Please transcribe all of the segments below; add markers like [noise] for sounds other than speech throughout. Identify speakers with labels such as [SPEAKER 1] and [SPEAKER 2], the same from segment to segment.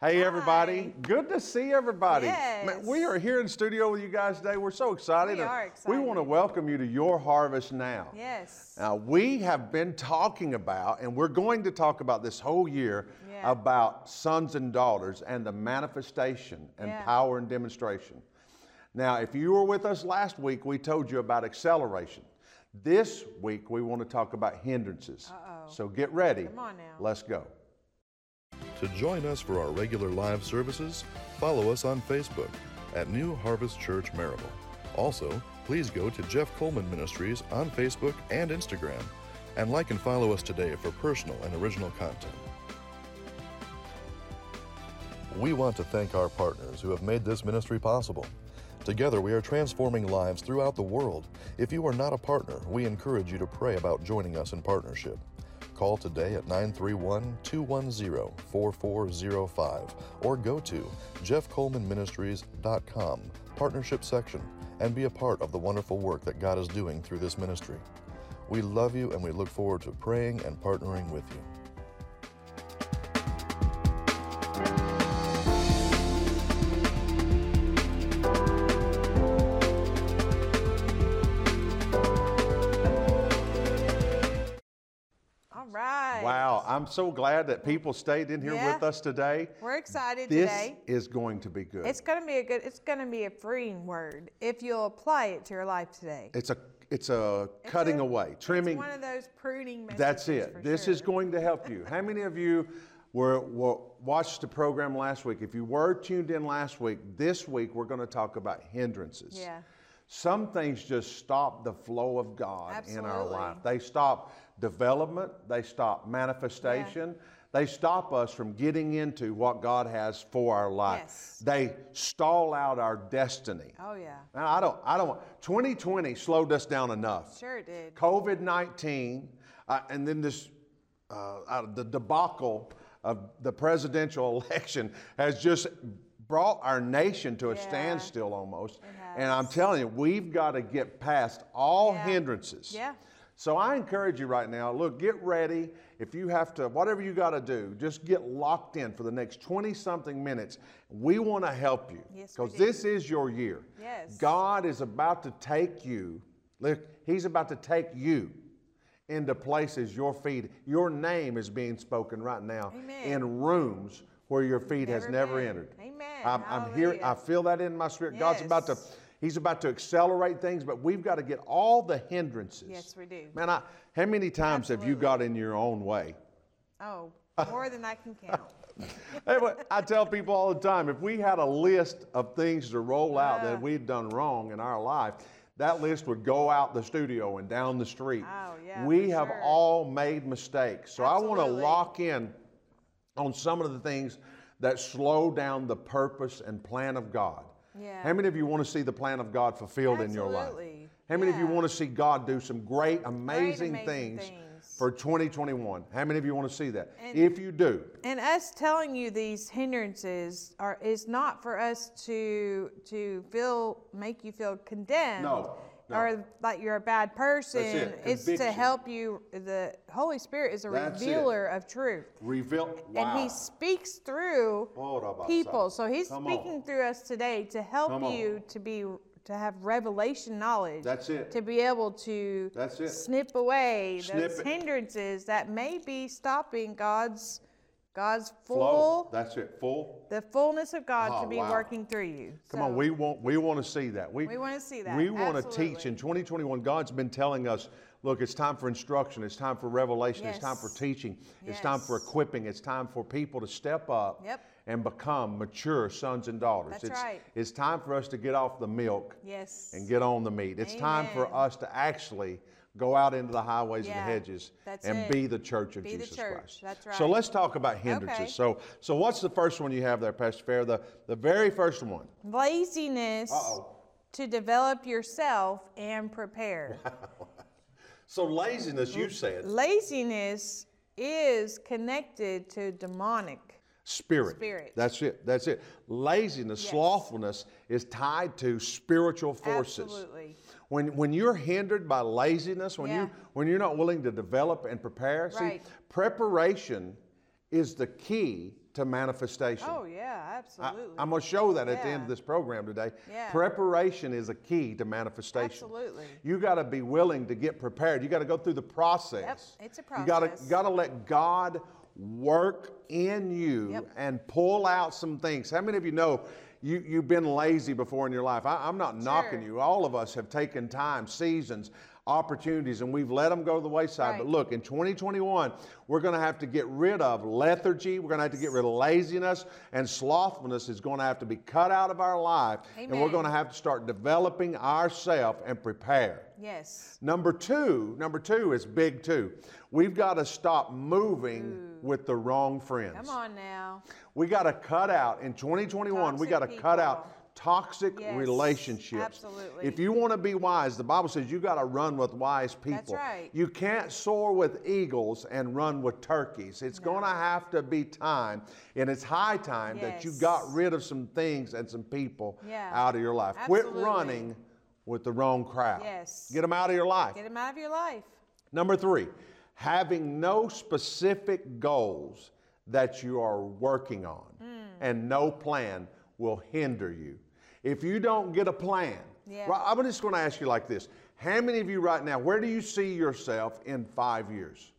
[SPEAKER 1] Hey, everybody.
[SPEAKER 2] Hi.
[SPEAKER 1] Good to see everybody. Man,
[SPEAKER 2] Yes.
[SPEAKER 1] we are here in studio with you guys today. We're so excited.
[SPEAKER 2] We
[SPEAKER 1] and
[SPEAKER 2] are
[SPEAKER 1] We want to welcome you to Your Harvest Now.
[SPEAKER 2] Yes.
[SPEAKER 1] Now, we have been talking about, and we're going to talk about this whole year,
[SPEAKER 2] Yeah.
[SPEAKER 1] about sons and daughters and the manifestation and
[SPEAKER 2] Yeah.
[SPEAKER 1] power and demonstration. Now, if you were with us last week, we told you about acceleration. This week, we want to talk about hindrances.
[SPEAKER 2] Uh-oh.
[SPEAKER 1] So get ready.
[SPEAKER 2] Come on now.
[SPEAKER 1] Let's go.
[SPEAKER 3] To join us for our regular live services, follow us on Facebook at New Harvest Church Marable. Also, please go to Jeff Coleman Ministries on Facebook and Instagram and like and follow us today for personal and original content. We want to thank our partners who have made this ministry possible. Together, we are transforming lives throughout the world. If you are not a partner, we encourage you to pray about joining us in partnership. Call today at 931 210 4405 or go to jeffcolemanministries.com, partnership section, and be a part of the wonderful work that God is doing through this ministry. We love you and we look forward to praying and partnering with you.
[SPEAKER 2] All right.
[SPEAKER 1] Wow, I'm so glad that people stayed in here
[SPEAKER 2] Yeah.
[SPEAKER 1] with us today.
[SPEAKER 2] We're excited
[SPEAKER 1] This
[SPEAKER 2] today.
[SPEAKER 1] is going to be good.
[SPEAKER 2] It's going to be a good, it's going to be a freeing word if you'll apply it to your life today.
[SPEAKER 1] It's a it's a cutting
[SPEAKER 2] a-
[SPEAKER 1] away,
[SPEAKER 2] It's
[SPEAKER 1] trimming.
[SPEAKER 2] one of those pruning messages.
[SPEAKER 1] That's it.
[SPEAKER 2] for
[SPEAKER 1] This
[SPEAKER 2] sure.
[SPEAKER 1] is going to help you. How many of you were, wa- watched the program last week? If you were tuned in last week, this week we're going to talk about hindrances.
[SPEAKER 2] Yeah.
[SPEAKER 1] Some things just stop the flow of God in our
[SPEAKER 2] Absolutely.
[SPEAKER 1] life. They stop development, they stop manifestation, they stop us from getting into what God has for our life.
[SPEAKER 2] Yes.
[SPEAKER 1] They stall out our destiny.
[SPEAKER 2] Oh, yeah.
[SPEAKER 1] And I don't I don't 2020 slowed us down enough.
[SPEAKER 2] Sure it did.
[SPEAKER 1] COVID 19, uh, and then this uh, uh, the debacle of the presidential [laughs] election has just brought our nation to a
[SPEAKER 2] Yeah.
[SPEAKER 1] standstill almost.
[SPEAKER 2] It
[SPEAKER 1] And I'm telling you, we've got to get past all
[SPEAKER 2] Yeah.
[SPEAKER 1] hindrances.
[SPEAKER 2] Yeah.
[SPEAKER 1] So I encourage you right now look, get ready. If you have to, whatever you got to do, just get locked in for the next 20 something minutes. We want to help you
[SPEAKER 2] Yes, we
[SPEAKER 1] because
[SPEAKER 2] do.
[SPEAKER 1] this is your year.
[SPEAKER 2] Yes.
[SPEAKER 1] God is about to take you, look, He's about to take you into places your feet, your name is being spoken right now
[SPEAKER 2] Amen.
[SPEAKER 1] in rooms where your feet has
[SPEAKER 2] Never
[SPEAKER 1] never
[SPEAKER 2] been.
[SPEAKER 1] entered.
[SPEAKER 2] Amen.
[SPEAKER 1] I'm, I'm here, I
[SPEAKER 2] Hallelujah.
[SPEAKER 1] feel that in my spirit. God's about to,
[SPEAKER 2] Yes.
[SPEAKER 1] He's about to accelerate things, but we've got to get all the hindrances.
[SPEAKER 2] Yes, we do.
[SPEAKER 1] Man, I, how many times have you
[SPEAKER 2] Absolutely.
[SPEAKER 1] got in your own way?
[SPEAKER 2] Oh, more than
[SPEAKER 1] [laughs]
[SPEAKER 2] I can count.
[SPEAKER 1] Hey, but I tell people all the time if we had a list of things to roll out that
[SPEAKER 2] Yeah.
[SPEAKER 1] we've done wrong in our life, that list would go out the studio and down the street.
[SPEAKER 2] Oh, yeah,
[SPEAKER 1] we
[SPEAKER 2] for
[SPEAKER 1] have
[SPEAKER 2] sure.
[SPEAKER 1] all made mistakes. So I want to
[SPEAKER 2] Absolutely.
[SPEAKER 1] lock in on some of the things that slow down the purpose and plan of God.
[SPEAKER 2] Yeah.
[SPEAKER 1] How many of you want to see the plan of God fulfilled in your life?
[SPEAKER 2] Absolutely.
[SPEAKER 1] How many of you
[SPEAKER 2] Yeah.
[SPEAKER 1] want to see God do some great, amazing,
[SPEAKER 2] amazing
[SPEAKER 1] things,
[SPEAKER 2] things.
[SPEAKER 1] for 2021? How many of you want to see that?
[SPEAKER 2] And-
[SPEAKER 1] if you do,
[SPEAKER 2] And us telling you these hindrances are is not for us to to feel make you feel condemned.
[SPEAKER 1] No, no.
[SPEAKER 2] Or like you're a bad person.
[SPEAKER 1] it,
[SPEAKER 2] It's to
[SPEAKER 1] conviction.
[SPEAKER 2] help you. The Holy Spirit is a
[SPEAKER 1] That's it.
[SPEAKER 2] revealer of truth.
[SPEAKER 1] Reveal.
[SPEAKER 2] And he speaks through
[SPEAKER 1] Oh, Rabba
[SPEAKER 2] people.
[SPEAKER 1] Saba.
[SPEAKER 2] So he's
[SPEAKER 1] Come
[SPEAKER 2] speaking
[SPEAKER 1] on.
[SPEAKER 2] through us today to help
[SPEAKER 1] Come on.
[SPEAKER 2] you to be to have revelation knowledge.
[SPEAKER 1] That's it.
[SPEAKER 2] To be able to
[SPEAKER 1] That's it.
[SPEAKER 2] snip away
[SPEAKER 1] Snip
[SPEAKER 2] those
[SPEAKER 1] it.
[SPEAKER 2] hindrances that may be stopping God's God's
[SPEAKER 1] Flow.
[SPEAKER 2] full
[SPEAKER 1] That's it. Full.
[SPEAKER 2] the fullness of God
[SPEAKER 1] Oh,
[SPEAKER 2] to be
[SPEAKER 1] wow.
[SPEAKER 2] working through you.
[SPEAKER 1] Come on,
[SPEAKER 2] So,
[SPEAKER 1] we want we want to see that. We,
[SPEAKER 2] We wanna see that,
[SPEAKER 1] We want to
[SPEAKER 2] absolutely.
[SPEAKER 1] teach in 2021. God's been telling us, look, it's time for instruction, it's time for revelation, it's time for
[SPEAKER 2] Yes.
[SPEAKER 1] teaching, it's time for
[SPEAKER 2] Yes.
[SPEAKER 1] equipping, it's time for people to step up
[SPEAKER 2] Yep.
[SPEAKER 1] and become mature sons and daughters.
[SPEAKER 2] That's
[SPEAKER 1] it's,
[SPEAKER 2] right.
[SPEAKER 1] it's time for us to get off the milk
[SPEAKER 2] Yes.
[SPEAKER 1] and get on the meat. It's time for
[SPEAKER 2] Amen.
[SPEAKER 1] us to actually go out into the highways and
[SPEAKER 2] Yeah,
[SPEAKER 1] hedges
[SPEAKER 2] that's
[SPEAKER 1] and
[SPEAKER 2] it.
[SPEAKER 1] be the church of
[SPEAKER 2] Be the
[SPEAKER 1] Jesus
[SPEAKER 2] church,
[SPEAKER 1] Christ.
[SPEAKER 2] that's
[SPEAKER 1] So
[SPEAKER 2] right.
[SPEAKER 1] let's talk about hindrances.
[SPEAKER 2] Okay.
[SPEAKER 1] So so what's the first one you have there, Pastor Fair? The the very first one.
[SPEAKER 2] laziness
[SPEAKER 1] Uh-oh.
[SPEAKER 2] to develop yourself and
[SPEAKER 1] [laughs]
[SPEAKER 2] prepare.
[SPEAKER 1] So laziness, you said
[SPEAKER 2] Laziness is connected to demonic.
[SPEAKER 1] spirit.
[SPEAKER 2] Spirit.
[SPEAKER 1] That's it. That's it. Laziness,
[SPEAKER 2] Yes.
[SPEAKER 1] slothfulness is tied to spiritual forces.
[SPEAKER 2] Absolutely.
[SPEAKER 1] When, when you're hindered by laziness, when
[SPEAKER 2] Yeah.
[SPEAKER 1] you when you're not willing to develop and prepare, see,
[SPEAKER 2] Right.
[SPEAKER 1] preparation is the key to manifestation.
[SPEAKER 2] Oh, yeah. absolutely.
[SPEAKER 1] I, am going to show that at the end
[SPEAKER 2] Yeah.
[SPEAKER 1] of this program today.
[SPEAKER 2] Yeah.
[SPEAKER 1] Preparation is a key to manifestation.
[SPEAKER 2] Absolutely.
[SPEAKER 1] You got to be willing to get prepared. You got to go through the process.
[SPEAKER 2] Yep, it's a
[SPEAKER 1] You got to
[SPEAKER 2] process.
[SPEAKER 1] got to let God work in you
[SPEAKER 2] Yep.
[SPEAKER 1] and pull out some things. How many of you know you, you've been lazy before in your life? I, I'm not knocking
[SPEAKER 2] Sure.
[SPEAKER 1] you. All of us have taken time, seasons, opportunities, and we've let them go to the wayside. But
[SPEAKER 2] Right.
[SPEAKER 1] look, in 2021, we're going to have to get rid of lethargy. We're going to have to get rid of laziness, and slothfulness is going to have to be cut out of our life. And we're
[SPEAKER 2] Amen.
[SPEAKER 1] going to have to start developing ourselves and prepare.
[SPEAKER 2] Yes.
[SPEAKER 1] Number two, number two is big two. We've got to stop moving with the wrong friends.
[SPEAKER 2] Come on now.
[SPEAKER 1] We got to cut out in 2021. we
[SPEAKER 2] Toxic
[SPEAKER 1] got to cut
[SPEAKER 2] people.
[SPEAKER 1] out toxic
[SPEAKER 2] Yes,
[SPEAKER 1] relationships.
[SPEAKER 2] absolutely.
[SPEAKER 1] If you want to be wise, the Bible says you got to run with wise people.
[SPEAKER 2] right.
[SPEAKER 1] You can't soar with eagles and run with turkeys. It's going to have to be time, and it's high time that you
[SPEAKER 2] Yes.
[SPEAKER 1] got rid of some things and some people
[SPEAKER 2] Yeah,
[SPEAKER 1] out of your life. Quit
[SPEAKER 2] absolutely.
[SPEAKER 1] running with the wrong crowd.
[SPEAKER 2] Yes.
[SPEAKER 1] Get them out of your life.
[SPEAKER 2] Get him out of your life.
[SPEAKER 1] Number three, having no specific goals that you are working on
[SPEAKER 2] Hmm.
[SPEAKER 1] and no plan will hinder you. If you don't get a plan,
[SPEAKER 2] Yeah.
[SPEAKER 1] right, I'm just going to ask you like this How many of you right now, where do you see yourself in five years?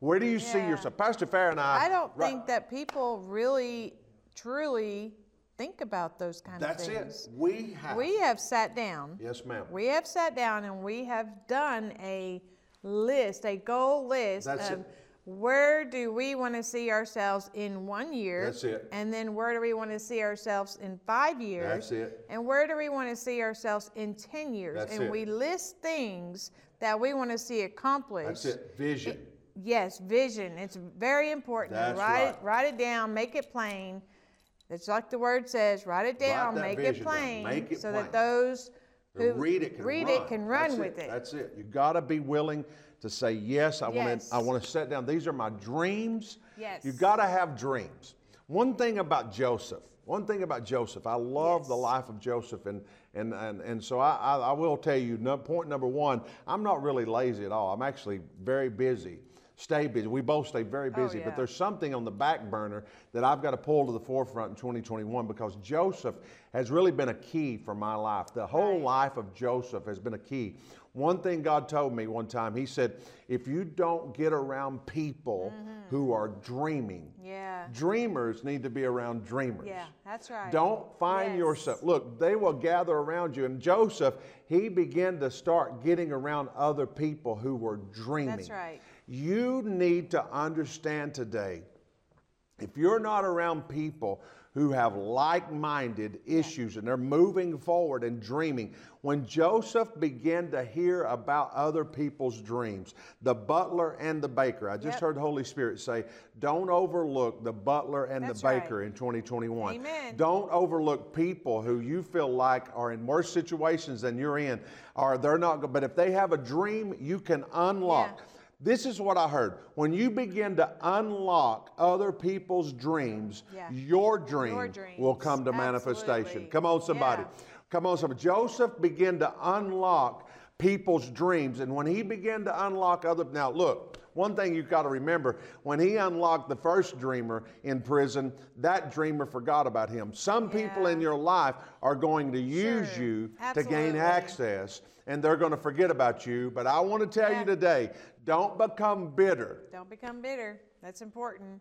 [SPEAKER 1] Where do you see
[SPEAKER 2] Yeah.
[SPEAKER 1] yourself? Pastor Fair and I.
[SPEAKER 2] I don't
[SPEAKER 1] right-
[SPEAKER 2] think that people really, truly think about those kind
[SPEAKER 1] that's
[SPEAKER 2] of
[SPEAKER 1] it.
[SPEAKER 2] things.
[SPEAKER 1] We have.
[SPEAKER 2] We have sat down.
[SPEAKER 1] yes, ma'am.
[SPEAKER 2] We have sat down and we have done a list, a goal list
[SPEAKER 1] That's
[SPEAKER 2] of
[SPEAKER 1] it.
[SPEAKER 2] where do we want to see ourselves in one year?
[SPEAKER 1] That's it.
[SPEAKER 2] And then where do we want to see ourselves in five years?
[SPEAKER 1] That's it.
[SPEAKER 2] And where do we want to see ourselves in 10 years?
[SPEAKER 1] That's
[SPEAKER 2] and
[SPEAKER 1] it.
[SPEAKER 2] we list things that we want to see accomplished.
[SPEAKER 1] That's it. Vision.
[SPEAKER 2] Yes, vision. It's very important.
[SPEAKER 1] That's
[SPEAKER 2] write,
[SPEAKER 1] right.
[SPEAKER 2] write it down, make it plain. It's like the word says, write it down,
[SPEAKER 1] that
[SPEAKER 2] make
[SPEAKER 1] vision
[SPEAKER 2] it
[SPEAKER 1] down,
[SPEAKER 2] plain,
[SPEAKER 1] make it
[SPEAKER 2] so
[SPEAKER 1] plain.
[SPEAKER 2] that those
[SPEAKER 1] The
[SPEAKER 2] who
[SPEAKER 1] read it can
[SPEAKER 2] read
[SPEAKER 1] run.
[SPEAKER 2] it can run
[SPEAKER 1] That's
[SPEAKER 2] with it.
[SPEAKER 1] That's it. You got to be willing to say yes. I want
[SPEAKER 2] Yes.
[SPEAKER 1] to. I want to set down. These are my dreams.
[SPEAKER 2] Yes.
[SPEAKER 1] You got to have dreams. One thing about Joseph. One thing about Joseph. I love the
[SPEAKER 2] Yes.
[SPEAKER 1] life of Joseph, and and and, and so I, I I will tell you. No, point number one. I'm not really lazy at all. I'm actually very busy. Stay busy. We both stay very busy, but
[SPEAKER 2] Oh, yeah.
[SPEAKER 1] there's something on the back burner that I've got to pull to the forefront in 2021 because Joseph has really been a key for my life. The whole life of Joseph has been a key. One thing God told me one time, He said, if you don't get around people who are dreaming,
[SPEAKER 2] Mm-hmm. yeah.
[SPEAKER 1] dreamers need to be around dreamers.
[SPEAKER 2] Yeah, that's right.
[SPEAKER 1] Don't find
[SPEAKER 2] Yes.
[SPEAKER 1] yourself. Look, they will gather around you. And Joseph, he began to start getting around other people who were dreaming.
[SPEAKER 2] right.
[SPEAKER 1] You need to understand today if you're not around people who have like minded issues and they're moving forward and dreaming, when Joseph began to hear about other people's dreams, the butler and the baker, I just
[SPEAKER 2] Yep.
[SPEAKER 1] heard Holy Spirit say, don't overlook the butler and
[SPEAKER 2] That's
[SPEAKER 1] the
[SPEAKER 2] right.
[SPEAKER 1] baker in 2021.
[SPEAKER 2] Amen.
[SPEAKER 1] Don't overlook people who you feel like are in worse situations than you're in, or they're not, go- but if they have a dream, you can unlock.
[SPEAKER 2] Yeah.
[SPEAKER 1] This is what I heard. When you begin to unlock other people's dreams,
[SPEAKER 2] Yeah.
[SPEAKER 1] your dream will
[SPEAKER 2] dreams.
[SPEAKER 1] come to manifestation.
[SPEAKER 2] Absolutely.
[SPEAKER 1] Come on, somebody.
[SPEAKER 2] Yeah.
[SPEAKER 1] Come on, somebody. Joseph began to unlock people's dreams. And when he began to unlock other, now look, one thing you've got to remember when he unlocked the first dreamer in prison, that dreamer forgot about him. Some people
[SPEAKER 2] Yeah.
[SPEAKER 1] in your life are going to use
[SPEAKER 2] Sure.
[SPEAKER 1] you to gain
[SPEAKER 2] Absolutely.
[SPEAKER 1] access access, and they're going to forget about you. But I want to tell you
[SPEAKER 2] Yeah.
[SPEAKER 1] today don't become bitter.
[SPEAKER 2] Don't become bitter. That's important.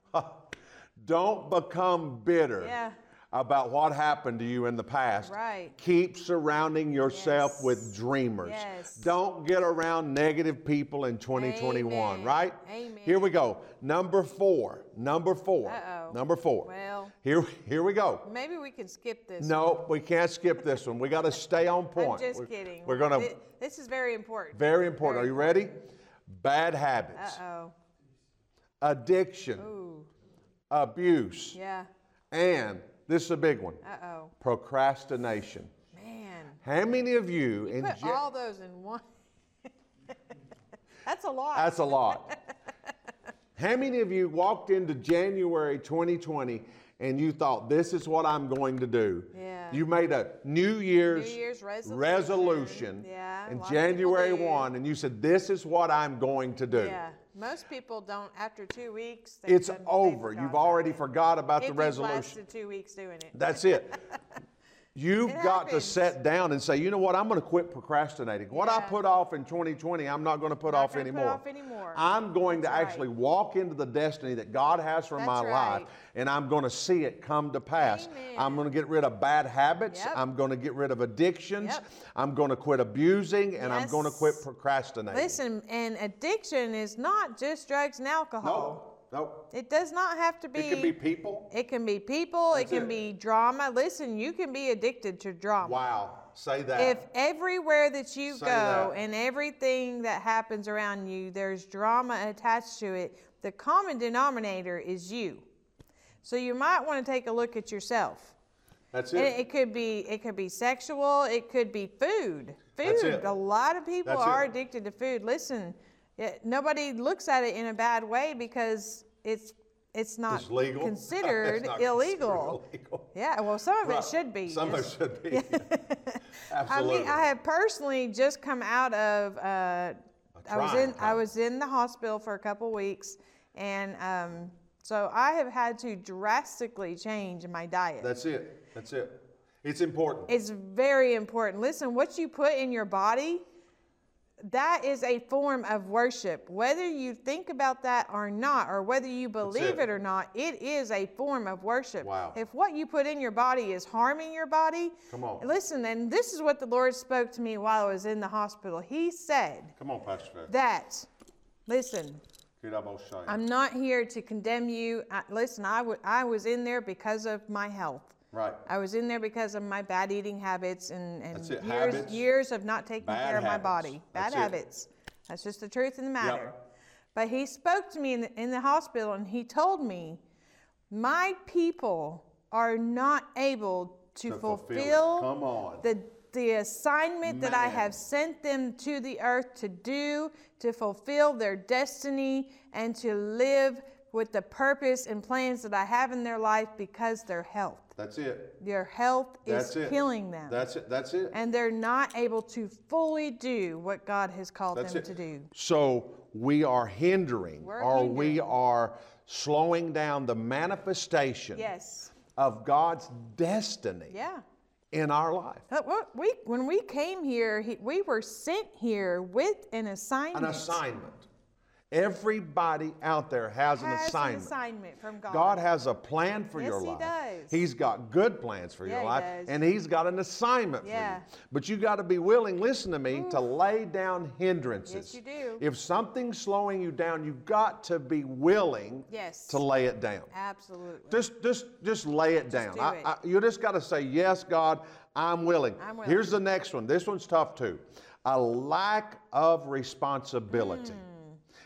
[SPEAKER 1] Don't become bitter
[SPEAKER 2] Yeah.
[SPEAKER 1] about what happened to you in the past.
[SPEAKER 2] Right.
[SPEAKER 1] Keep surrounding yourself
[SPEAKER 2] Yes.
[SPEAKER 1] with dreamers.
[SPEAKER 2] Yes.
[SPEAKER 1] Don't get around negative people in 2021,
[SPEAKER 2] Amen.
[SPEAKER 1] right?
[SPEAKER 2] Amen.
[SPEAKER 1] Here we go. Number four. Number 4
[SPEAKER 2] Uh-oh.
[SPEAKER 1] Number four.
[SPEAKER 2] Well.
[SPEAKER 1] Here, here we go.
[SPEAKER 2] Maybe we can skip this.
[SPEAKER 1] No, we can't skip this one. We got to stay on
[SPEAKER 2] [laughs] I'm
[SPEAKER 1] point.
[SPEAKER 2] just
[SPEAKER 1] We're-
[SPEAKER 2] kidding.
[SPEAKER 1] We're going to
[SPEAKER 2] Thi- This is very important.
[SPEAKER 1] Very important. Are you ready? Bad habits,
[SPEAKER 2] Uh-oh.
[SPEAKER 1] addiction,
[SPEAKER 2] Ooh.
[SPEAKER 1] abuse,
[SPEAKER 2] Oh. Yeah.
[SPEAKER 1] and this is a big one
[SPEAKER 2] Uh-oh.
[SPEAKER 1] procrastination.
[SPEAKER 2] Man.
[SPEAKER 1] How many of you, in
[SPEAKER 2] Put all those in one. [laughs] That's a lot.
[SPEAKER 1] That's a
[SPEAKER 2] [laughs]
[SPEAKER 1] lot. How many of you walked into January 2020 and you thought, this is what I'm going to do?
[SPEAKER 2] Yeah.
[SPEAKER 1] You made a New Year's,
[SPEAKER 2] Year's resolution.
[SPEAKER 1] resolution
[SPEAKER 2] Yeah, a
[SPEAKER 1] in
[SPEAKER 2] lot of people
[SPEAKER 1] January
[SPEAKER 2] do.
[SPEAKER 1] 1, and you said, this is what I'm going to do.
[SPEAKER 2] Yeah. Most people don't. After two weeks, they've
[SPEAKER 1] It's
[SPEAKER 2] done- they've
[SPEAKER 1] over.
[SPEAKER 2] forgotten
[SPEAKER 1] You've
[SPEAKER 2] about
[SPEAKER 1] already
[SPEAKER 2] it.
[SPEAKER 1] forgot about
[SPEAKER 2] If
[SPEAKER 1] the
[SPEAKER 2] you've
[SPEAKER 1] resolution.
[SPEAKER 2] lasted two weeks doing it.
[SPEAKER 1] That's it. You've
[SPEAKER 2] It
[SPEAKER 1] got to
[SPEAKER 2] happens.
[SPEAKER 1] sit down and say, you know what, I'm going to quit procrastinating. What I
[SPEAKER 2] Yeah.
[SPEAKER 1] put off in 2020, I'm not going to put,
[SPEAKER 2] Not
[SPEAKER 1] off,
[SPEAKER 2] gonna put
[SPEAKER 1] anymore.
[SPEAKER 2] off anymore.
[SPEAKER 1] I'm going to
[SPEAKER 2] That's right.
[SPEAKER 1] actually walk into the destiny that God has for
[SPEAKER 2] That's
[SPEAKER 1] my life,
[SPEAKER 2] right.
[SPEAKER 1] and I'm going to see it come to pass. I'm
[SPEAKER 2] Amen.
[SPEAKER 1] going to get rid of bad habits.
[SPEAKER 2] Yep.
[SPEAKER 1] I'm going to get rid of addictions.
[SPEAKER 2] Yep.
[SPEAKER 1] I'm going to quit abusing, and I'm going to quit
[SPEAKER 2] Yes.
[SPEAKER 1] procrastinating.
[SPEAKER 2] Listen, and addiction is not just drugs and
[SPEAKER 1] no,
[SPEAKER 2] alcohol.
[SPEAKER 1] no.
[SPEAKER 2] It does not have to be.
[SPEAKER 1] It could be people.
[SPEAKER 2] it can be people.
[SPEAKER 1] That's
[SPEAKER 2] it can
[SPEAKER 1] it.
[SPEAKER 2] be drama. Listen, you can be addicted to drama.
[SPEAKER 1] Wow. Say that.
[SPEAKER 2] If everywhere that you
[SPEAKER 1] Say
[SPEAKER 2] go
[SPEAKER 1] that.
[SPEAKER 2] and everything that happens around you, there's drama attached to it, the common denominator is you. So you might want to take a look at yourself.
[SPEAKER 1] That's
[SPEAKER 2] And it could be it could be sexual, it could be food.
[SPEAKER 1] That's
[SPEAKER 2] Food.
[SPEAKER 1] it.
[SPEAKER 2] A lot of people
[SPEAKER 1] That's
[SPEAKER 2] are
[SPEAKER 1] it.
[SPEAKER 2] addicted to food. Listen, it, nobody looks at it in a bad way because it's it's not
[SPEAKER 1] It's legal. [laughs]
[SPEAKER 2] considered
[SPEAKER 1] It's not considered [laughs]
[SPEAKER 2] illegal.
[SPEAKER 1] illegal.
[SPEAKER 2] Yeah, well some of
[SPEAKER 1] Right.
[SPEAKER 2] it should be.
[SPEAKER 1] Some of
[SPEAKER 2] It's-
[SPEAKER 1] it should be. Absolutely.
[SPEAKER 2] [laughs] I mean, I have personally just come out of. Uh, I was
[SPEAKER 1] trying
[SPEAKER 2] in. I
[SPEAKER 1] time.
[SPEAKER 2] was in the hospital for a couple weeks, and um, so I have had to drastically change my diet.
[SPEAKER 1] That's it. That's it. It's important.
[SPEAKER 2] it's very important. Listen, what you put in your body, that is a form of worship. Whether you think about that or not, or whether you believe
[SPEAKER 1] it.
[SPEAKER 2] it. or not, it is a form of worship.
[SPEAKER 1] Wow.
[SPEAKER 2] If what you put in your body is harming your body,
[SPEAKER 1] Come on.
[SPEAKER 2] Listen, and this is what the Lord spoke to me while I was in the hospital. He said
[SPEAKER 1] Come on, Pastor Fred.
[SPEAKER 2] that, listen,
[SPEAKER 1] Kidabosha.
[SPEAKER 2] I'm not here to condemn you. I, listen, I wa- I was in there because of my health.
[SPEAKER 1] Right.
[SPEAKER 2] I was in there because of my bad eating habits and, and
[SPEAKER 1] That's it,
[SPEAKER 2] years,
[SPEAKER 1] habits.
[SPEAKER 2] years of not taking
[SPEAKER 1] Bad
[SPEAKER 2] care of my
[SPEAKER 1] habits.
[SPEAKER 2] body. Bad
[SPEAKER 1] That's it.
[SPEAKER 2] habits. That's just the truth in the matter. But he spoke to me in the, in the hospital and he told me, My people are not able to,
[SPEAKER 1] To fulfill it.
[SPEAKER 2] fulfill,
[SPEAKER 1] Come on.
[SPEAKER 2] the the assignment that I
[SPEAKER 1] Man.
[SPEAKER 2] have sent them to the earth to do, to fulfill their destiny, and to live with the purpose and plans that I have in their life because their health.
[SPEAKER 1] That's it.
[SPEAKER 2] Their health
[SPEAKER 1] That's
[SPEAKER 2] is
[SPEAKER 1] it.
[SPEAKER 2] killing them.
[SPEAKER 1] That's it. That's it.
[SPEAKER 2] and they're not able to fully do what God has called
[SPEAKER 1] That's
[SPEAKER 2] them
[SPEAKER 1] it.
[SPEAKER 2] to do.
[SPEAKER 1] So we are hindering,
[SPEAKER 2] We're
[SPEAKER 1] or we
[SPEAKER 2] hindering.
[SPEAKER 1] are slowing down the manifestation
[SPEAKER 2] Yes.
[SPEAKER 1] of God's destiny
[SPEAKER 2] Yeah.
[SPEAKER 1] in our life.
[SPEAKER 2] Uh, what- We, when we came here, he, we were sent here with an assignment.
[SPEAKER 1] An assignment. Everybody out there has,
[SPEAKER 2] Has
[SPEAKER 1] an assignment.
[SPEAKER 2] assignment from God.
[SPEAKER 1] God has a plan for your
[SPEAKER 2] Yes, He
[SPEAKER 1] life.
[SPEAKER 2] does.
[SPEAKER 1] He's got good plans for your
[SPEAKER 2] Yeah, He
[SPEAKER 1] life,
[SPEAKER 2] does.
[SPEAKER 1] and He's got an assignment for
[SPEAKER 2] Yeah.
[SPEAKER 1] you. But you got to be willing, listen to me, to lay down hindrances.
[SPEAKER 2] you do.
[SPEAKER 1] If something's slowing you down, you've got to be willing
[SPEAKER 2] Yes.
[SPEAKER 1] to lay it down.
[SPEAKER 2] Absolutely.
[SPEAKER 1] Just, just, just lay it down.
[SPEAKER 2] do
[SPEAKER 1] I-
[SPEAKER 2] it.
[SPEAKER 1] I- you just got to say, "Yes, God, I'm willing."
[SPEAKER 2] I'm willing.
[SPEAKER 1] Here's the next one. This one's tough too. A lack of
[SPEAKER 2] Mm.
[SPEAKER 1] responsibility.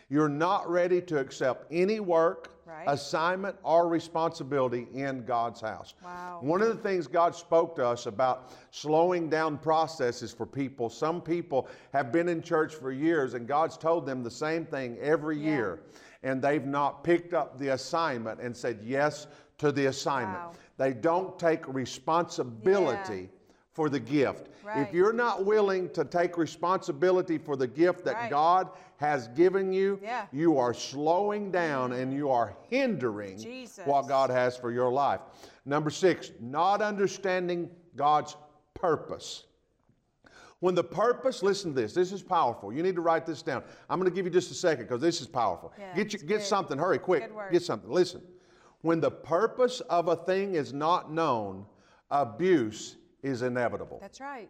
[SPEAKER 1] You're not ready to accept any work,
[SPEAKER 2] Right.
[SPEAKER 1] assignment, or responsibility in God's house.
[SPEAKER 2] Wow.
[SPEAKER 1] One of the things God spoke to us about slowing down processes for people. Some people have been in church for years, and God's told them the same thing every
[SPEAKER 2] Yeah.
[SPEAKER 1] year and they've not picked up the assignment and said yes to the assignment.
[SPEAKER 2] Wow.
[SPEAKER 1] They don't take responsibility for the gift. If
[SPEAKER 2] Right.
[SPEAKER 1] you're not willing to take responsibility for the gift that
[SPEAKER 2] Right.
[SPEAKER 1] God has given you,
[SPEAKER 2] Yeah.
[SPEAKER 1] you are slowing down and you are hindering what
[SPEAKER 2] Jesus.
[SPEAKER 1] God has for your life. Number six, not understanding God's purpose. When the purpose, listen to this, this is powerful. You need to write this down. I'm going to give you just a second because this is powerful.
[SPEAKER 2] Yeah,
[SPEAKER 1] get you,
[SPEAKER 2] it's
[SPEAKER 1] get
[SPEAKER 2] good.
[SPEAKER 1] something, hurry, quick.
[SPEAKER 2] Good word.
[SPEAKER 1] Get something. Listen. When the purpose of a thing is not known, abuse is inevitable.
[SPEAKER 2] That's right.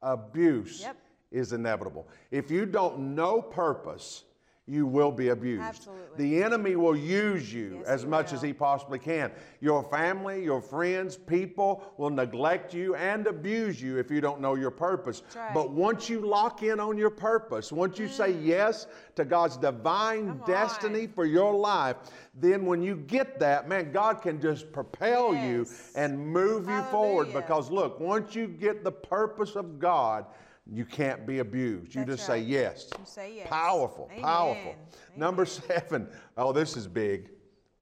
[SPEAKER 1] abuse
[SPEAKER 2] Yep.
[SPEAKER 1] is inevitable. If you don't know purpose, you will be abused.
[SPEAKER 2] Absolutely.
[SPEAKER 1] The enemy will use you
[SPEAKER 2] Yes,
[SPEAKER 1] as
[SPEAKER 2] he
[SPEAKER 1] much as
[SPEAKER 2] will.
[SPEAKER 1] he possibly can. Your family, your friends, people will neglect you and abuse you if you don't know your purpose.
[SPEAKER 2] right. Mm.
[SPEAKER 1] But once you lock in on your purpose, once you say yes to God's divine
[SPEAKER 2] Come
[SPEAKER 1] destiny
[SPEAKER 2] on.
[SPEAKER 1] for your life, then when you get that, man, God can just propel you
[SPEAKER 2] Yes.
[SPEAKER 1] and move you forward
[SPEAKER 2] Hallelujah.
[SPEAKER 1] because look, once you get the purpose of God, you can't be abused. You
[SPEAKER 2] That's
[SPEAKER 1] just say
[SPEAKER 2] right.
[SPEAKER 1] yes.
[SPEAKER 2] You say yes.
[SPEAKER 1] Powerful, powerful.
[SPEAKER 2] Amen.
[SPEAKER 1] Number seven. Oh, this is big.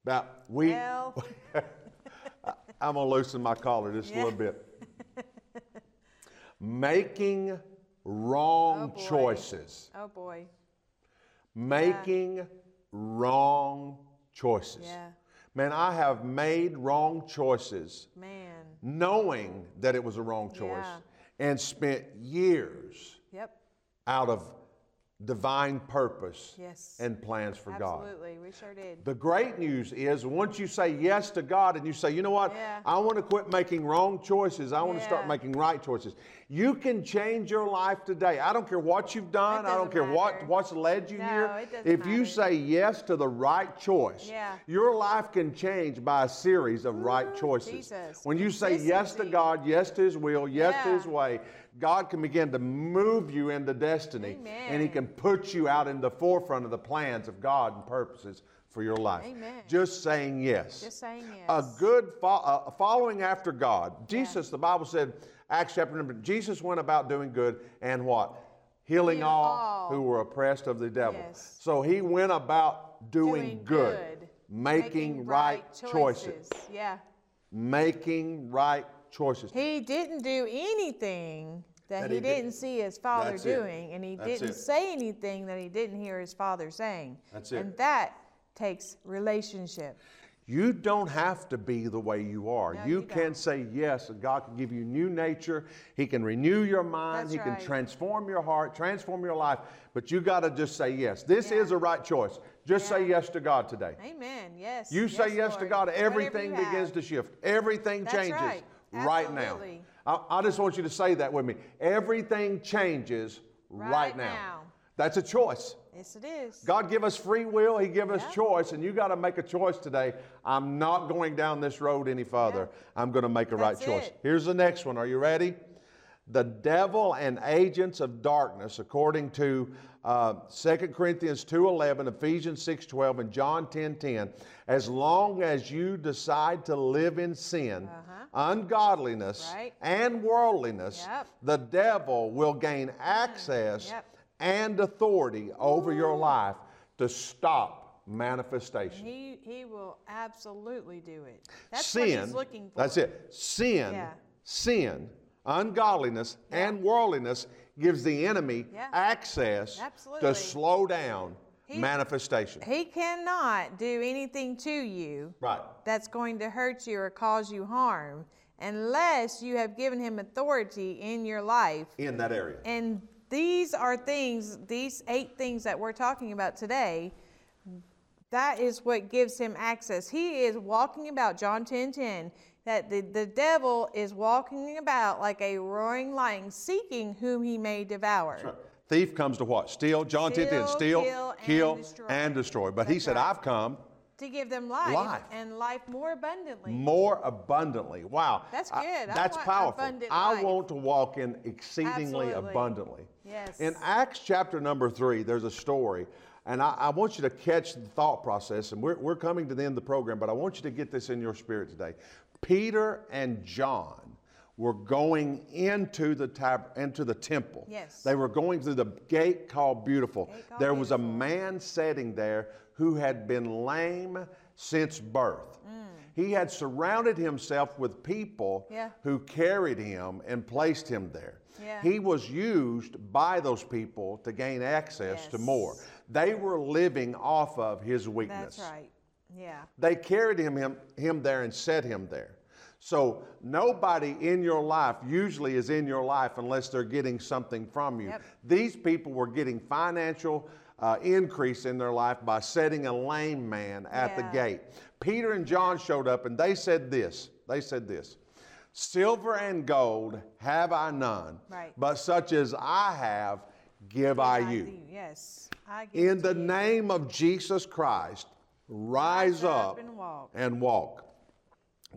[SPEAKER 1] About we.
[SPEAKER 2] Well.
[SPEAKER 1] [laughs] I'm gonna loosen my collar just a
[SPEAKER 2] Yeah.
[SPEAKER 1] little bit.
[SPEAKER 2] [laughs]
[SPEAKER 1] Making wrong
[SPEAKER 2] Oh, boy.
[SPEAKER 1] choices.
[SPEAKER 2] Oh boy.
[SPEAKER 1] Making wrong choices.
[SPEAKER 2] Yeah.
[SPEAKER 1] Man, I have made wrong choices
[SPEAKER 2] Man.
[SPEAKER 1] knowing that it was a wrong choice
[SPEAKER 2] Yeah.
[SPEAKER 1] and spent years
[SPEAKER 2] Yep.
[SPEAKER 1] out of divine purpose
[SPEAKER 2] Yes.
[SPEAKER 1] and plans for God.
[SPEAKER 2] Absolutely. We sure did.
[SPEAKER 1] The great news is once you say yes to God and you say, you know what,
[SPEAKER 2] Yeah.
[SPEAKER 1] I want to quit making wrong choices, I want to start
[SPEAKER 2] Yeah.
[SPEAKER 1] making right choices. You can change your life today. I don't care what you've done, I don't
[SPEAKER 2] doesn't
[SPEAKER 1] care what,
[SPEAKER 2] matter.
[SPEAKER 1] what's led you
[SPEAKER 2] No,
[SPEAKER 1] here.
[SPEAKER 2] it doesn't
[SPEAKER 1] if you
[SPEAKER 2] matter.
[SPEAKER 1] say yes to the right choice,
[SPEAKER 2] Yeah.
[SPEAKER 1] your life can change by a series of right choices.
[SPEAKER 2] Jesus.
[SPEAKER 1] When you say yes to
[SPEAKER 2] Consistency.
[SPEAKER 1] God, yes to His will, yes to
[SPEAKER 2] Yeah.
[SPEAKER 1] His way, God can begin to move you into destiny and He
[SPEAKER 2] Amen.
[SPEAKER 1] can put you out in the forefront of the plans of God and purposes for your life.
[SPEAKER 2] Amen.
[SPEAKER 1] Just saying yes.
[SPEAKER 2] Just saying yes.
[SPEAKER 1] A good fo- uh, following after God. Jesus, the Bible said, Acts chapter number, Jesus went about doing good and what? Healing
[SPEAKER 2] Heal
[SPEAKER 1] all,
[SPEAKER 2] all.
[SPEAKER 1] who were oppressed of the devil.
[SPEAKER 2] Yes.
[SPEAKER 1] So he went about doing,
[SPEAKER 2] Doing
[SPEAKER 1] good,
[SPEAKER 2] good,
[SPEAKER 1] making, right, choices.
[SPEAKER 2] Yeah.
[SPEAKER 1] making right choices.
[SPEAKER 2] He didn't do anything that,
[SPEAKER 1] That
[SPEAKER 2] he,
[SPEAKER 1] he did-
[SPEAKER 2] didn't see his father
[SPEAKER 1] That's it.
[SPEAKER 2] doing, and he
[SPEAKER 1] That's
[SPEAKER 2] didn't
[SPEAKER 1] it.
[SPEAKER 2] say anything that he didn't hear his father saying.
[SPEAKER 1] That's it.
[SPEAKER 2] And that takes relationship.
[SPEAKER 1] You don't have to be the way you are.
[SPEAKER 2] No,
[SPEAKER 1] you
[SPEAKER 2] you
[SPEAKER 1] can
[SPEAKER 2] don't.
[SPEAKER 1] say yes, and God can give you new nature. He can renew your mind.
[SPEAKER 2] That's
[SPEAKER 1] he
[SPEAKER 2] right.
[SPEAKER 1] can transform your heart, transform your life. But you got to just say yes. This
[SPEAKER 2] Yeah.
[SPEAKER 1] is a right choice. Just say
[SPEAKER 2] Yeah.
[SPEAKER 1] yes to God today.
[SPEAKER 2] Amen. Yes.
[SPEAKER 1] You say yes to
[SPEAKER 2] Lord.
[SPEAKER 1] God,
[SPEAKER 2] Whatever
[SPEAKER 1] everything
[SPEAKER 2] you
[SPEAKER 1] begins
[SPEAKER 2] have.
[SPEAKER 1] to shift. Everything
[SPEAKER 2] That's
[SPEAKER 1] changes
[SPEAKER 2] right.
[SPEAKER 1] now.
[SPEAKER 2] Absolutely.
[SPEAKER 1] I, I just want you to say that with me. Everything changes right,
[SPEAKER 2] Right now.
[SPEAKER 1] That's a choice.
[SPEAKER 2] Yes, it is.
[SPEAKER 1] God give us free will. He give us
[SPEAKER 2] Yeah.
[SPEAKER 1] choice, and you got to make a choice today. I'm not going down this road any further. I'm going to make a right
[SPEAKER 2] That's
[SPEAKER 1] choice.
[SPEAKER 2] it.
[SPEAKER 1] Here's the next one. Are you ready? The devil and agents of darkness, according to uh, 2 Corinthians 2.11, Ephesians 6.12, and John 10.10, as long as you decide to live in sin, ungodliness,
[SPEAKER 2] Uh-huh. Right.
[SPEAKER 1] and worldliness,
[SPEAKER 2] Yep. Mm.
[SPEAKER 1] the devil will gain access
[SPEAKER 2] Yep.
[SPEAKER 1] and authority over your life to stop manifestation.
[SPEAKER 2] He he will absolutely do it. That's
[SPEAKER 1] sin.
[SPEAKER 2] what he's looking for.
[SPEAKER 1] That's it. Sin,
[SPEAKER 2] Yeah.
[SPEAKER 1] sin, ungodliness, and worldliness gives the enemy
[SPEAKER 2] Yeah.
[SPEAKER 1] access
[SPEAKER 2] Absolutely.
[SPEAKER 1] to slow down
[SPEAKER 2] [laughs]
[SPEAKER 1] manifestation.
[SPEAKER 2] He cannot do anything to you
[SPEAKER 1] right.
[SPEAKER 2] that's going to hurt you or cause you harm unless you have given him authority in your life.
[SPEAKER 1] In that area.
[SPEAKER 2] And these are things, these eight things that we're talking about today, that is what gives him access. He is walking about, John 10 10, that the, the devil is walking about like a roaring lion, seeking whom he may devour.
[SPEAKER 1] Thief comes to what? Steal. John 10 10.
[SPEAKER 2] Steal,
[SPEAKER 1] Steal,
[SPEAKER 2] kill, and
[SPEAKER 1] kill,
[SPEAKER 2] destroy.
[SPEAKER 1] and destroy. But he
[SPEAKER 2] That's
[SPEAKER 1] said,
[SPEAKER 2] right.
[SPEAKER 1] I've come
[SPEAKER 2] To give them life,
[SPEAKER 1] Life.
[SPEAKER 2] and life more abundantly.
[SPEAKER 1] more abundantly. Wow.
[SPEAKER 2] That's
[SPEAKER 1] I-
[SPEAKER 2] good. I
[SPEAKER 1] that's
[SPEAKER 2] want
[SPEAKER 1] powerful.
[SPEAKER 2] abundant
[SPEAKER 1] I
[SPEAKER 2] life.
[SPEAKER 1] want to walk in exceedingly
[SPEAKER 2] Absolutely.
[SPEAKER 1] abundantly.
[SPEAKER 2] Yes.
[SPEAKER 1] In Acts chapter number three, there's a story, and I, I want you to catch the thought process. And we're, we're coming to the end of the program, but I want you to get this in your spirit today. Peter and John were going into the tab- into the temple.
[SPEAKER 2] Yes.
[SPEAKER 1] They were going through the gate called Beautiful.
[SPEAKER 2] Gate called
[SPEAKER 1] there was a
[SPEAKER 2] Beautiful.
[SPEAKER 1] man sitting there who had been lame since birth.
[SPEAKER 2] Mm.
[SPEAKER 1] He had surrounded himself with people
[SPEAKER 2] Yeah.
[SPEAKER 1] who carried him and placed him there.
[SPEAKER 2] Yeah.
[SPEAKER 1] He was used by those people to gain access to
[SPEAKER 2] Yes.
[SPEAKER 1] more. They were living off of his weakness.
[SPEAKER 2] That's right. Yeah.
[SPEAKER 1] They carried him, him, him there and set him there. So nobody in your life usually is in your life unless they're getting something from you.
[SPEAKER 2] Yep.
[SPEAKER 1] These people were getting financial uh, increase in their life by setting a lame man at the
[SPEAKER 2] Yeah.
[SPEAKER 1] gate. Peter and John showed up and they said this. They said this. Silver and gold have I none,
[SPEAKER 2] Right.
[SPEAKER 1] but such as I have, give I
[SPEAKER 2] I
[SPEAKER 1] you.
[SPEAKER 2] do. Yes. I give
[SPEAKER 1] In
[SPEAKER 2] it
[SPEAKER 1] the
[SPEAKER 2] to you.
[SPEAKER 1] name of Jesus Christ, rise
[SPEAKER 2] Rise up
[SPEAKER 1] up
[SPEAKER 2] and walk.
[SPEAKER 1] and walk.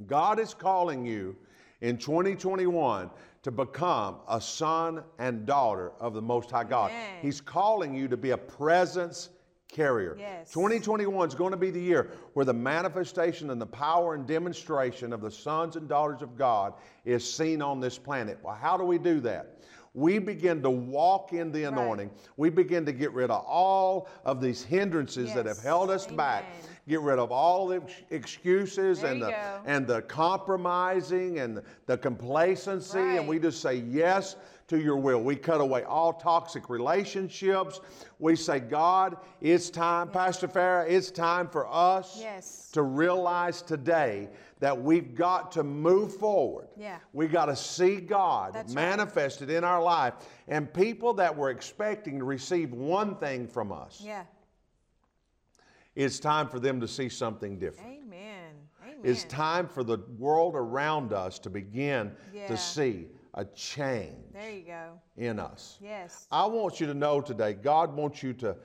[SPEAKER 1] God is calling you in 2021 to become a son and daughter of the Most High God.
[SPEAKER 2] Amen.
[SPEAKER 1] He's calling you to be a presence carrier.
[SPEAKER 2] Yes.
[SPEAKER 1] 2021 is going to be the year where the manifestation and the power and demonstration of the sons and daughters of God is seen on this planet. Well, how do we do that? We begin to walk in the anointing. We begin to get rid of all of these hindrances that have
[SPEAKER 2] Yes.
[SPEAKER 1] held us back
[SPEAKER 2] Amen.
[SPEAKER 1] Get rid of all the ex- excuses
[SPEAKER 2] There
[SPEAKER 1] and
[SPEAKER 2] you
[SPEAKER 1] the,
[SPEAKER 2] go.
[SPEAKER 1] and the compromising and the complacency, and we
[SPEAKER 2] Right.
[SPEAKER 1] just say yes to your will. We cut away all toxic relationships. We say, God, it's time, Pastor Farah, it's time for us
[SPEAKER 2] Yes.
[SPEAKER 1] to realize today that we've got to move forward.
[SPEAKER 2] Yeah.
[SPEAKER 1] We got to see God
[SPEAKER 2] That's right.
[SPEAKER 1] manifested in our life and people that were expecting to receive one thing from us.
[SPEAKER 2] Yeah.
[SPEAKER 1] It's time for them to see something different.
[SPEAKER 2] Amen. Amen.
[SPEAKER 1] It's time for the world around us to begin
[SPEAKER 2] Yeah.
[SPEAKER 1] to see a change
[SPEAKER 2] There you go.
[SPEAKER 1] in us.
[SPEAKER 2] Yes.
[SPEAKER 1] I want you to know today, God wants you to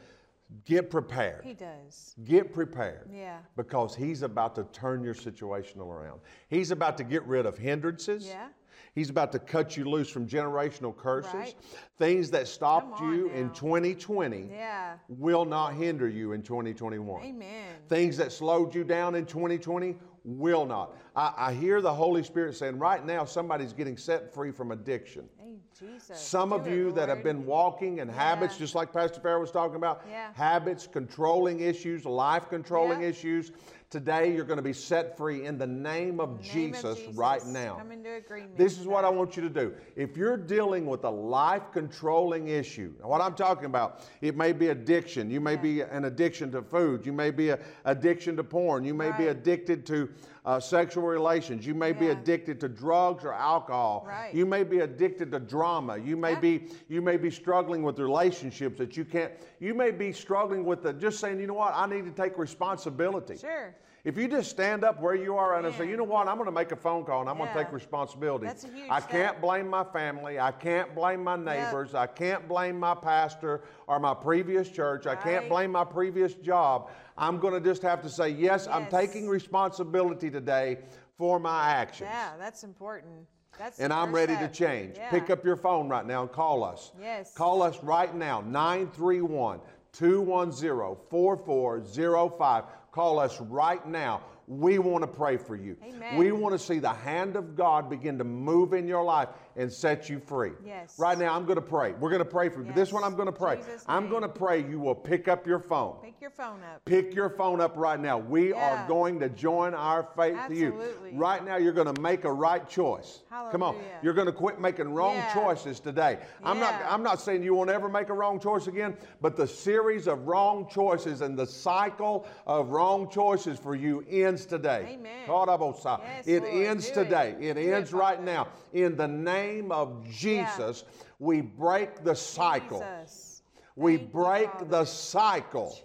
[SPEAKER 1] get prepared.
[SPEAKER 2] He does.
[SPEAKER 1] Get prepared.
[SPEAKER 2] Yeah.
[SPEAKER 1] Because He's about to turn your situation around. He's about to get rid of hindrances.
[SPEAKER 2] Yeah.
[SPEAKER 1] He's about to cut you loose from generational curses.
[SPEAKER 2] Right.
[SPEAKER 1] Things that stopped
[SPEAKER 2] Come on
[SPEAKER 1] you in
[SPEAKER 2] now.
[SPEAKER 1] 2020
[SPEAKER 2] Yeah.
[SPEAKER 1] will not hinder you in 2021.
[SPEAKER 2] Amen.
[SPEAKER 1] Things that slowed you down in 2020 will not. I, I hear the Holy Spirit saying right now somebody's getting set free from addiction.
[SPEAKER 2] Hey, Jesus.
[SPEAKER 1] Some of
[SPEAKER 2] do it,
[SPEAKER 1] you that have
[SPEAKER 2] Lord.
[SPEAKER 1] been walking and habits,
[SPEAKER 2] Yeah.
[SPEAKER 1] just like Pastor Farrell was talking about,
[SPEAKER 2] Yeah.
[SPEAKER 1] habits, controlling issues, life controlling
[SPEAKER 2] Yeah.
[SPEAKER 1] issues, today you're going to be set free in the name of,
[SPEAKER 2] Name
[SPEAKER 1] Jesus,
[SPEAKER 2] of
[SPEAKER 1] right
[SPEAKER 2] Jesus,
[SPEAKER 1] now.
[SPEAKER 2] Come into agreement.
[SPEAKER 1] This is
[SPEAKER 2] with
[SPEAKER 1] what I
[SPEAKER 2] that.
[SPEAKER 1] want you to do. If you're dealing with a life controlling issue, now what I'm talking about, it may be addiction. You may be an addiction to food. You may be an addiction to porn. You may be
[SPEAKER 2] Right.
[SPEAKER 1] addicted to uh, sexual relations. You may be
[SPEAKER 2] Yeah.
[SPEAKER 1] addicted to drugs or alcohol.
[SPEAKER 2] Right.
[SPEAKER 1] You may be addicted to drama. You may
[SPEAKER 2] Yeah.
[SPEAKER 1] be you may be struggling with relationships that you can't. You may be struggling with the just saying, you know what, I need to take responsibility.
[SPEAKER 2] Sure.
[SPEAKER 1] If you just stand up where you are and say,
[SPEAKER 2] Man.
[SPEAKER 1] you know what, I'm going to make a phone call and I'm going
[SPEAKER 2] Yeah.
[SPEAKER 1] to take responsibility.
[SPEAKER 2] That's a huge
[SPEAKER 1] I can't
[SPEAKER 2] step.
[SPEAKER 1] blame my family. I can't blame my neighbors. I can't blame my pastor or my previous church. I can't
[SPEAKER 2] Right.
[SPEAKER 1] blame my previous job. I'm going to just have to say, yes, I'm
[SPEAKER 2] Yes.
[SPEAKER 1] taking responsibility today for my actions.
[SPEAKER 2] Yeah, that's important. That's
[SPEAKER 1] And
[SPEAKER 2] the
[SPEAKER 1] I'm
[SPEAKER 2] first
[SPEAKER 1] ready to
[SPEAKER 2] step.
[SPEAKER 1] change.
[SPEAKER 2] Yeah.
[SPEAKER 1] Pick up your phone right now and call us.
[SPEAKER 2] Yes.
[SPEAKER 1] Call us right now, 931 210 4405. Call us right now. We want to pray for you.
[SPEAKER 2] Amen.
[SPEAKER 1] We want to see the hand of God begin to move in your life and set you free.
[SPEAKER 2] Yes.
[SPEAKER 1] Right now, I'm going to pray. We're going to pray for you. This
[SPEAKER 2] Yes.
[SPEAKER 1] one I'm going to pray.
[SPEAKER 2] Jesus'
[SPEAKER 1] I'm
[SPEAKER 2] name.
[SPEAKER 1] going to pray you will pick up your phone.
[SPEAKER 2] Pick your phone up.
[SPEAKER 1] Pick your phone up right now. We
[SPEAKER 2] Yeah.
[SPEAKER 1] are going to join our faith to
[SPEAKER 2] Absolutely.
[SPEAKER 1] you. Right now, you're going to make a right choice. Come on,
[SPEAKER 2] Hallelujah.
[SPEAKER 1] you're going to quit making wrong
[SPEAKER 2] Yeah.
[SPEAKER 1] choices today. I'm not.
[SPEAKER 2] Yeah.
[SPEAKER 1] I'm not saying you won't ever make a wrong choice again, but the series of wrong choices and the cycle of wrong choices for you ends today.
[SPEAKER 2] Amen.
[SPEAKER 1] Karabosa.
[SPEAKER 2] Yes,
[SPEAKER 1] it
[SPEAKER 2] Lord,
[SPEAKER 1] ends
[SPEAKER 2] do it.
[SPEAKER 1] today. It
[SPEAKER 2] Do it,
[SPEAKER 1] ends right
[SPEAKER 2] Father.
[SPEAKER 1] now. In the name of Jesus, we break the cycle.
[SPEAKER 2] Jesus.
[SPEAKER 1] We
[SPEAKER 2] Thank you,
[SPEAKER 1] break
[SPEAKER 2] Father.
[SPEAKER 1] the cycle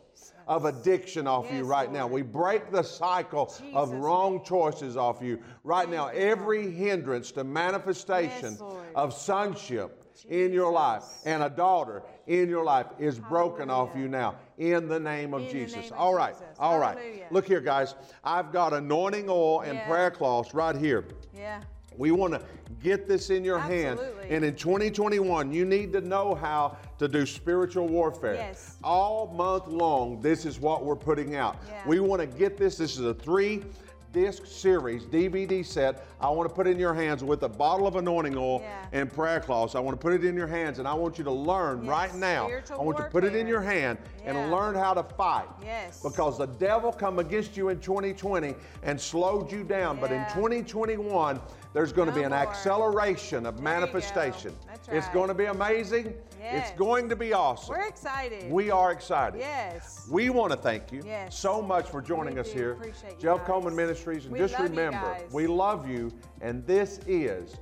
[SPEAKER 1] of addiction off you
[SPEAKER 2] Yes,
[SPEAKER 1] right now. We
[SPEAKER 2] Lord.
[SPEAKER 1] break the cycle of
[SPEAKER 2] Jesus'
[SPEAKER 1] wrong choices off you right now. Every hindrance to manifestation
[SPEAKER 2] Yes, Lord.
[SPEAKER 1] of sonship in your life
[SPEAKER 2] Jesus.
[SPEAKER 1] and a daughter in your life is broken off
[SPEAKER 2] Hallelujah.
[SPEAKER 1] you now in the name of
[SPEAKER 2] In the
[SPEAKER 1] Jesus.
[SPEAKER 2] name of
[SPEAKER 1] All right.
[SPEAKER 2] Jesus.
[SPEAKER 1] All right.
[SPEAKER 2] Hallelujah.
[SPEAKER 1] Look here guys. I've got anointing oil and
[SPEAKER 2] Yeah.
[SPEAKER 1] prayer cloths right here.
[SPEAKER 2] Yeah.
[SPEAKER 1] We want to get this in your hand.
[SPEAKER 2] Absolutely.
[SPEAKER 1] And in 2021, you need to know how to do spiritual warfare.
[SPEAKER 2] Yes.
[SPEAKER 1] All month long, this is what we're putting out.
[SPEAKER 2] Yeah.
[SPEAKER 1] We want to get this. This is a three disc series DVD set. I want to put in your hands with a bottle of anointing oil
[SPEAKER 2] Yeah.
[SPEAKER 1] and prayer cloths. I want to put it in your hands and I want you to learn
[SPEAKER 2] Yes,
[SPEAKER 1] right now.
[SPEAKER 2] spiritual
[SPEAKER 1] I want you to put it in
[SPEAKER 2] warfare.
[SPEAKER 1] your hand and
[SPEAKER 2] Yeah.
[SPEAKER 1] learn how to fight.
[SPEAKER 2] Yes.
[SPEAKER 1] Because the devil come against you in 2020 and slowed you down, but in
[SPEAKER 2] Yeah.
[SPEAKER 1] 2021 there's going to
[SPEAKER 2] No
[SPEAKER 1] be an
[SPEAKER 2] more.
[SPEAKER 1] acceleration of
[SPEAKER 2] There you go.
[SPEAKER 1] manifestation.
[SPEAKER 2] That's
[SPEAKER 1] It's
[SPEAKER 2] right.
[SPEAKER 1] going to be amazing.
[SPEAKER 2] Yes.
[SPEAKER 1] It's going to be awesome.
[SPEAKER 2] We're excited.
[SPEAKER 1] We are excited.
[SPEAKER 2] Yes.
[SPEAKER 1] We want to thank you
[SPEAKER 2] Yes.
[SPEAKER 1] so much for joining
[SPEAKER 2] We
[SPEAKER 1] us
[SPEAKER 2] do
[SPEAKER 1] here.
[SPEAKER 2] appreciate you
[SPEAKER 1] Jeff
[SPEAKER 2] guys.
[SPEAKER 1] Coleman Ministries. And
[SPEAKER 2] We
[SPEAKER 1] just
[SPEAKER 2] love you
[SPEAKER 1] remember,
[SPEAKER 2] guys.
[SPEAKER 1] we love you, and this is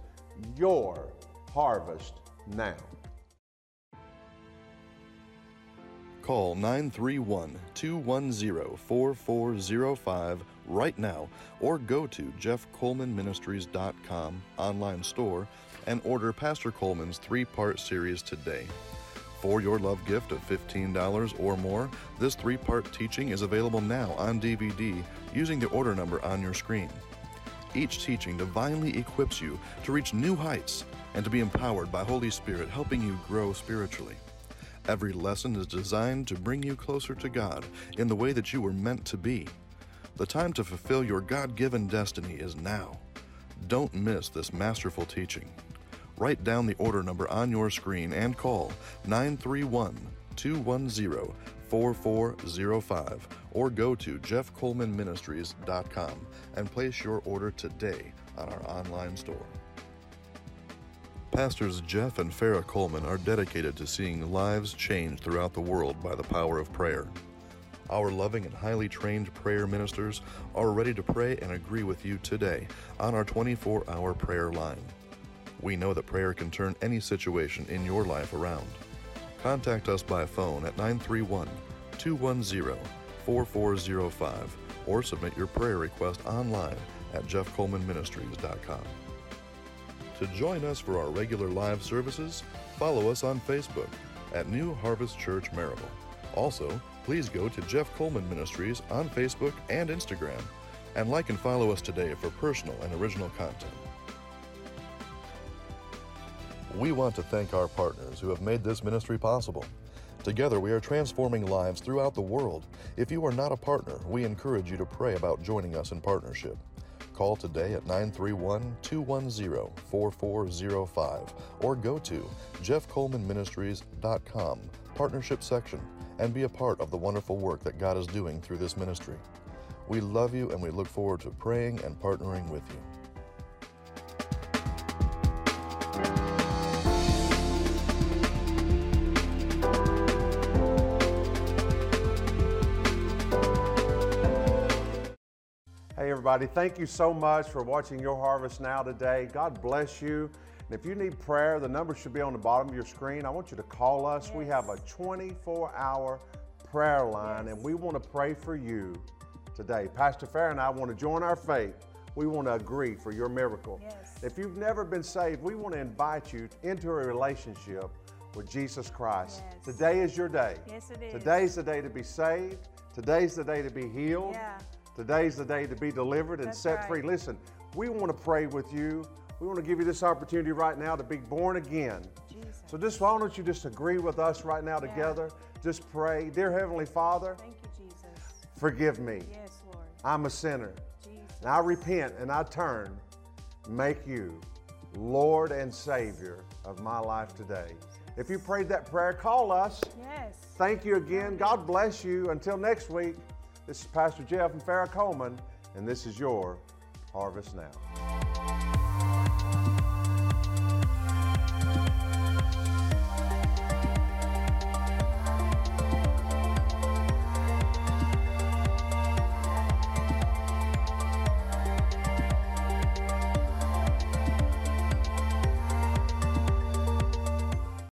[SPEAKER 1] your harvest now.
[SPEAKER 3] Call 931 210 4405 right now or go to jeffcolemanministries.com online store and order Pastor Coleman's three part series today. For your love gift of $15 or more, this three part teaching is available now on DVD using the order number on your screen. Each teaching divinely equips you to reach new heights and to be empowered by Holy Spirit helping you grow spiritually. Every lesson is designed to bring you closer to God in the way that you were meant to be. The time to fulfill your God given destiny is now. Don't miss this masterful teaching. Write down the order number on your screen and call 931 210 4405 or go to jeffcolemanministries.com and place your order today on our online store. Pastors Jeff and Farah Coleman are dedicated to seeing lives changed throughout the world by the power of prayer. Our loving and highly trained prayer ministers are ready to pray and agree with you today on our 24 hour prayer line. We know that prayer can turn any situation in your life around. Contact us by phone at 931 210 4405 or submit your prayer request online at jeffcolemanministries.com. To join us for our regular live services, follow us on Facebook at New Harvest Church Marable. Also, please go to Jeff Coleman Ministries on Facebook and Instagram and like and follow us today for personal and original content. We want to thank our partners who have made this ministry possible. Together, we are transforming lives throughout the world. If you are not a partner, we encourage you to pray about joining us in partnership. Call today at 931 210 4405 or go to jeffcolemanministries.com, partnership section, and be a part of the wonderful work that God is doing through this ministry. We love you and we look forward to praying and partnering with you.
[SPEAKER 1] Hey, everybody, thank you so much for watching Your Harvest Now today. God bless you. And if you need prayer, the number should be on the bottom of your screen. I want you to call us. We have a 24 hour prayer line, and we want to pray for you today. Pastor Farah and I want to join our faith. We want to agree for your miracle.
[SPEAKER 2] Yes.
[SPEAKER 1] If you've never been saved, we want to invite you into a relationship with Jesus Christ.
[SPEAKER 2] Yes.
[SPEAKER 1] Today is your day.
[SPEAKER 2] Yes, it is.
[SPEAKER 1] Today's the day to be saved. Today's the day to be healed.
[SPEAKER 2] Yeah.
[SPEAKER 1] Today's the day to be delivered and
[SPEAKER 2] That's
[SPEAKER 1] set
[SPEAKER 2] right.
[SPEAKER 1] free. Listen, we want to pray with you. We want to give you this opportunity right now to be born again.
[SPEAKER 2] Jesus.
[SPEAKER 1] So just why don't you just agree with us right now together? Just pray, dear Heavenly Father,
[SPEAKER 2] Thank you, Jesus.
[SPEAKER 1] forgive me.
[SPEAKER 2] Yes, Lord.
[SPEAKER 1] I'm a sinner,
[SPEAKER 2] Jesus.
[SPEAKER 1] and I repent and I turn. Make you Lord and Savior of my life today. If you prayed that prayer, call us.
[SPEAKER 2] Yes.
[SPEAKER 1] Thank you again. God bless you. Until next week, this is Pastor Jeff and Farrah Coleman, and this is your Harvest Now.